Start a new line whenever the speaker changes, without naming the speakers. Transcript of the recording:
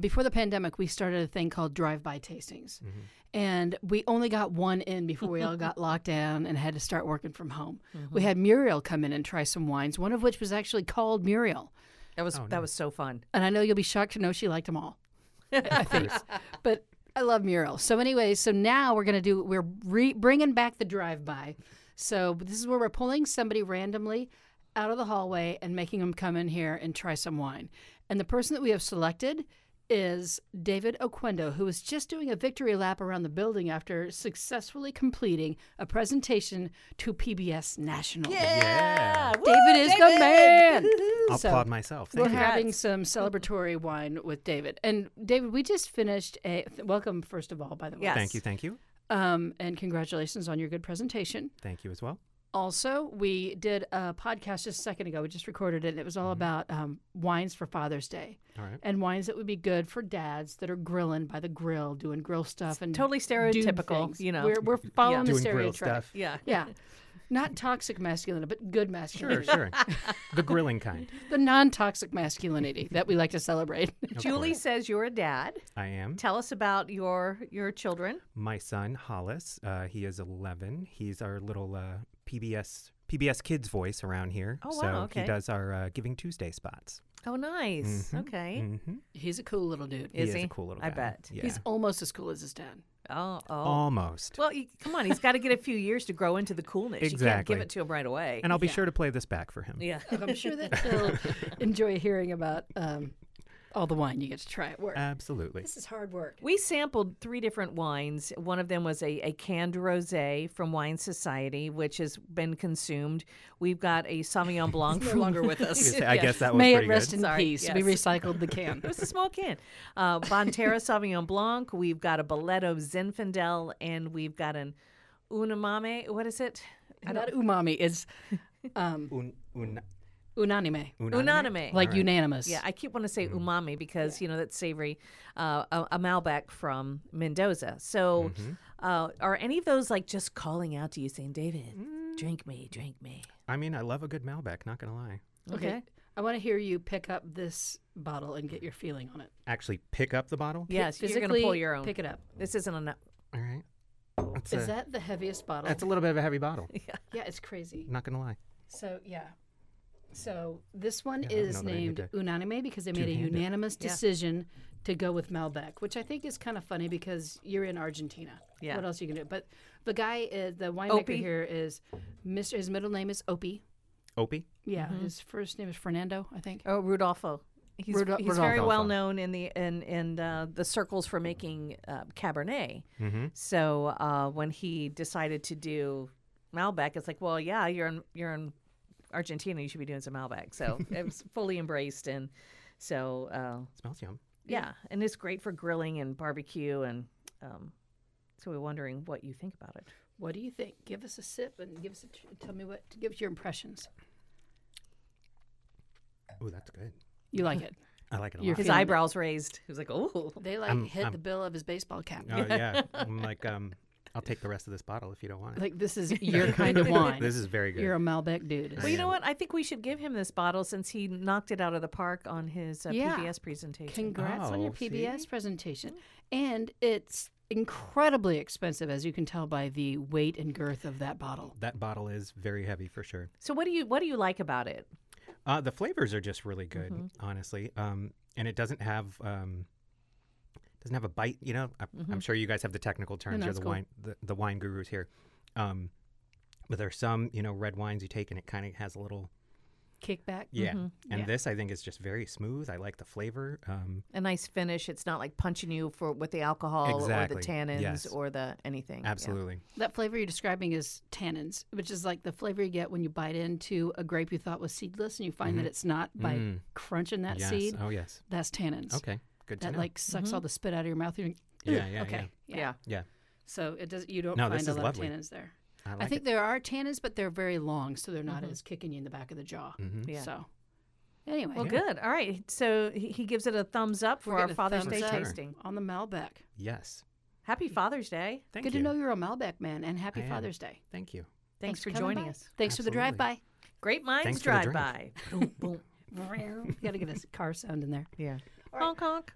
before the pandemic, we started a thing called drive-by tastings, and we only got one in before we all got locked down and had to start working from home. We had Muriel come in and try some wines, one of which was actually called Muriel.
That
Oh,
was that was so fun.
And I know you'll be shocked to know she liked them all. I think. But I love Muriel. So anyway, so now we're going to do we're re- bringing back the drive-by. So this is where we're pulling somebody randomly out of the hallway and making them come in here and try some wine. And the person that we have selected is David Oquendo, who is just doing a victory lap around the building after successfully completing a presentation to PBS National.
Yeah.
David is the man.
I'll
So-
applaud myself.
we're
Thank you.
having some celebratory wine with David. And David, we just finished a th- welcome, first of all, by the way.
Yes.
Thank you. Thank you.
Um, and congratulations on your good presentation.
Thank you as well.
Also, we did a podcast just a second ago. We just recorded it, and it was all about um, wines for Father's Day
All right.
and wines that would be good for dads that are grilling by the grill, doing grill stuff and
totally
dude
stereotypical,
things.
you know.
We're, we're following the
Doing grill
stereotype.
stuff.
Yeah.
Yeah. Not toxic masculinity, but good masculinity.
Sure, sure. the grilling kind.
The non toxic masculinity that we like to celebrate.
Of
Julie
course.
says you're a dad.
I am.
Tell us about your your children.
My son, Hollis, uh, he is 11. He's our little uh, PBS PBS Kids voice around here.
Oh, wow,
So
okay.
he does our uh, Giving Tuesday spots.
Oh, nice. Okay.
hmm
He's a cool little dude.
Is
he
he?
is a cool little
I
guy.
bet.
Yeah.
He's almost as cool as his dad.
Mm-hmm.
Oh, oh.
Almost.
Well, you, come on. He's got to get a few years to grow into the coolness. You can't give
Exactly.
it to him right away.
and I'll be sure to play this back for him.
yeah.
I'm sure that he'll enjoy hearing about um, all the wine you get to try at
Uh,
work.
Absolutely.
this is hard work.
We sampled three different wines. One of them was a, a canned rosé from Wine Society, which has been consumed. We've got a Sauvignon Blanc. no longer with us.
I guess that was
May
pretty
it rest
good.
in
Sorry,
peace. We
yes.
recycled the can.
It was a small can. Uh, Bonterra Sauvignon Blanc. We've got a Boletto Zinfandel, and we've got an Unamame. What is it?
Not umami. It's
Un, un,
unanime,
unanime?
Unanime.
like Mm. unanimous.
yeah, I keep want to say umami because you know that's savory. Uh, a, a Malbec from Mendoza. So,
Mm-hmm.
uh, are any of those like just calling out to you, saying, "David,
Mm.
drink me, drink me"?
I mean, I love a good Malbec, not going to lie.
Okay. I want to hear you pick up this bottle and get your feeling on it.
Actually, pick up the bottle.
Yes,
Physically,
you're going to pull your own.
Pick it up.
This isn't enough.
All right. That's
Is
a,
that the heaviest bottle?
that's a little bit of a heavy bottle.
yeah, it's crazy.
Not going to lie.
So yeah. So this one
Yeah, I don't
is
know that I need
named Unanime because they made a
two-hand it.
unanimous decision to go with Malbec, which I think is kind of funny because you're in Argentina.
Yeah.
What else you can do? But the guy is the winemaker
Opie?
here is Mr. His middle name is Opie.
Opie?
Yeah. His first name is Fernando, I think.
Oh, Rudolfo. He's,
Rudo-
he's very
Rodolfo.
well known in the in in uh, the circles for making uh, Cabernet.
Mm-hmm.
So uh, when he decided to do Malbec, it's like, well, yeah, you're in you're in Argentina, you should be doing some Malbec. So it was fully embraced, and so uh,
Smells yum.
yeah, and it's great for grilling and barbecue, and um, so we're wondering what you think about it.
What do you think? Give us a sip and give us a tr- tell me what give us your impressions.
Oh, that's good.
You like it.
I like it a
You're
lot.
His
Feeling it.
eyebrows raised. He was like, oh,
They like
I'm-
hit the
I'm-
bill of his baseball cap.
Oh yeah. I'm like, um, I'll take the rest of this bottle if you don't want it.
Like this is your kind of wine.
This is very good.
you're a Malbec dude.
Well, you know what? I think we should give him this bottle since he knocked it out of the park on his uh,
Yeah.
PBS presentation.
Congrats on your
Oh, see?
PBS presentation. And it's incredibly expensive, as you can tell by the weight and girth of that bottle.
that bottle is very heavy for sure.
so, what do you what do you like about it?
Uh, the flavors are just really good,
Mm-hmm.
honestly. Um, and it doesn't have um, doesn't have a bite. You know, I, I'm sure you guys have the technical terms.
Mm-hmm. no,
You're
it's
the
cool.
wine the, the wine gurus here. Um, but there's some you know red wines you take and it kind of has a little
Kickback.
yeah. And
Mm-hmm. Yeah.
this I think is just very smooth. I like the flavor. Um,
A nice finish. It's not like punching you for with the alcohol or
Exactly.
the tannins
Yes.
or the anything.
Oh,
Yeah.
absolutely.
That flavor you're describing is tannins, which is like the flavor you get when you bite into a grape you thought was seedless and you find that it's not by crunching that
Mm-hmm. Mm. Yes.
seed.
Oh yes.
That's tannins.
Okay. Good to
That
know.
like sucks all the spit out of your mouth. You're like,
yeah,
"Ugh,
yeah,
okay.
Mm-hmm. Yeah.
yeah.
So it does. You don't
No,
find
this
a
is
lot
lovely.
of tannins there.
I
I,
like
think there are tannins, but they're very long, so they're not as kicking you in the back of the jaw.
Mm-hmm.
Mm-hmm.
Yeah.
So anyway,
Well, good. All right. So he, he gives it a thumbs up for
We're
our
getting a
Father's
thumbs
Day
up.
Sure.
tasting.
on the Malbec.
it. Yes.
Happy Father's Day.
Thank
Good
you.
to know you're a Malbec man, and happy
I am.
Father's Day.
Thank you.
Thanks, for
coming
joining
by.
us.
Thanks for the drive by.
Great minds
Thanks for the
drive
drink.
by. boom, boom.
you got to get a s- car sound in there.
Yeah. Honk honk.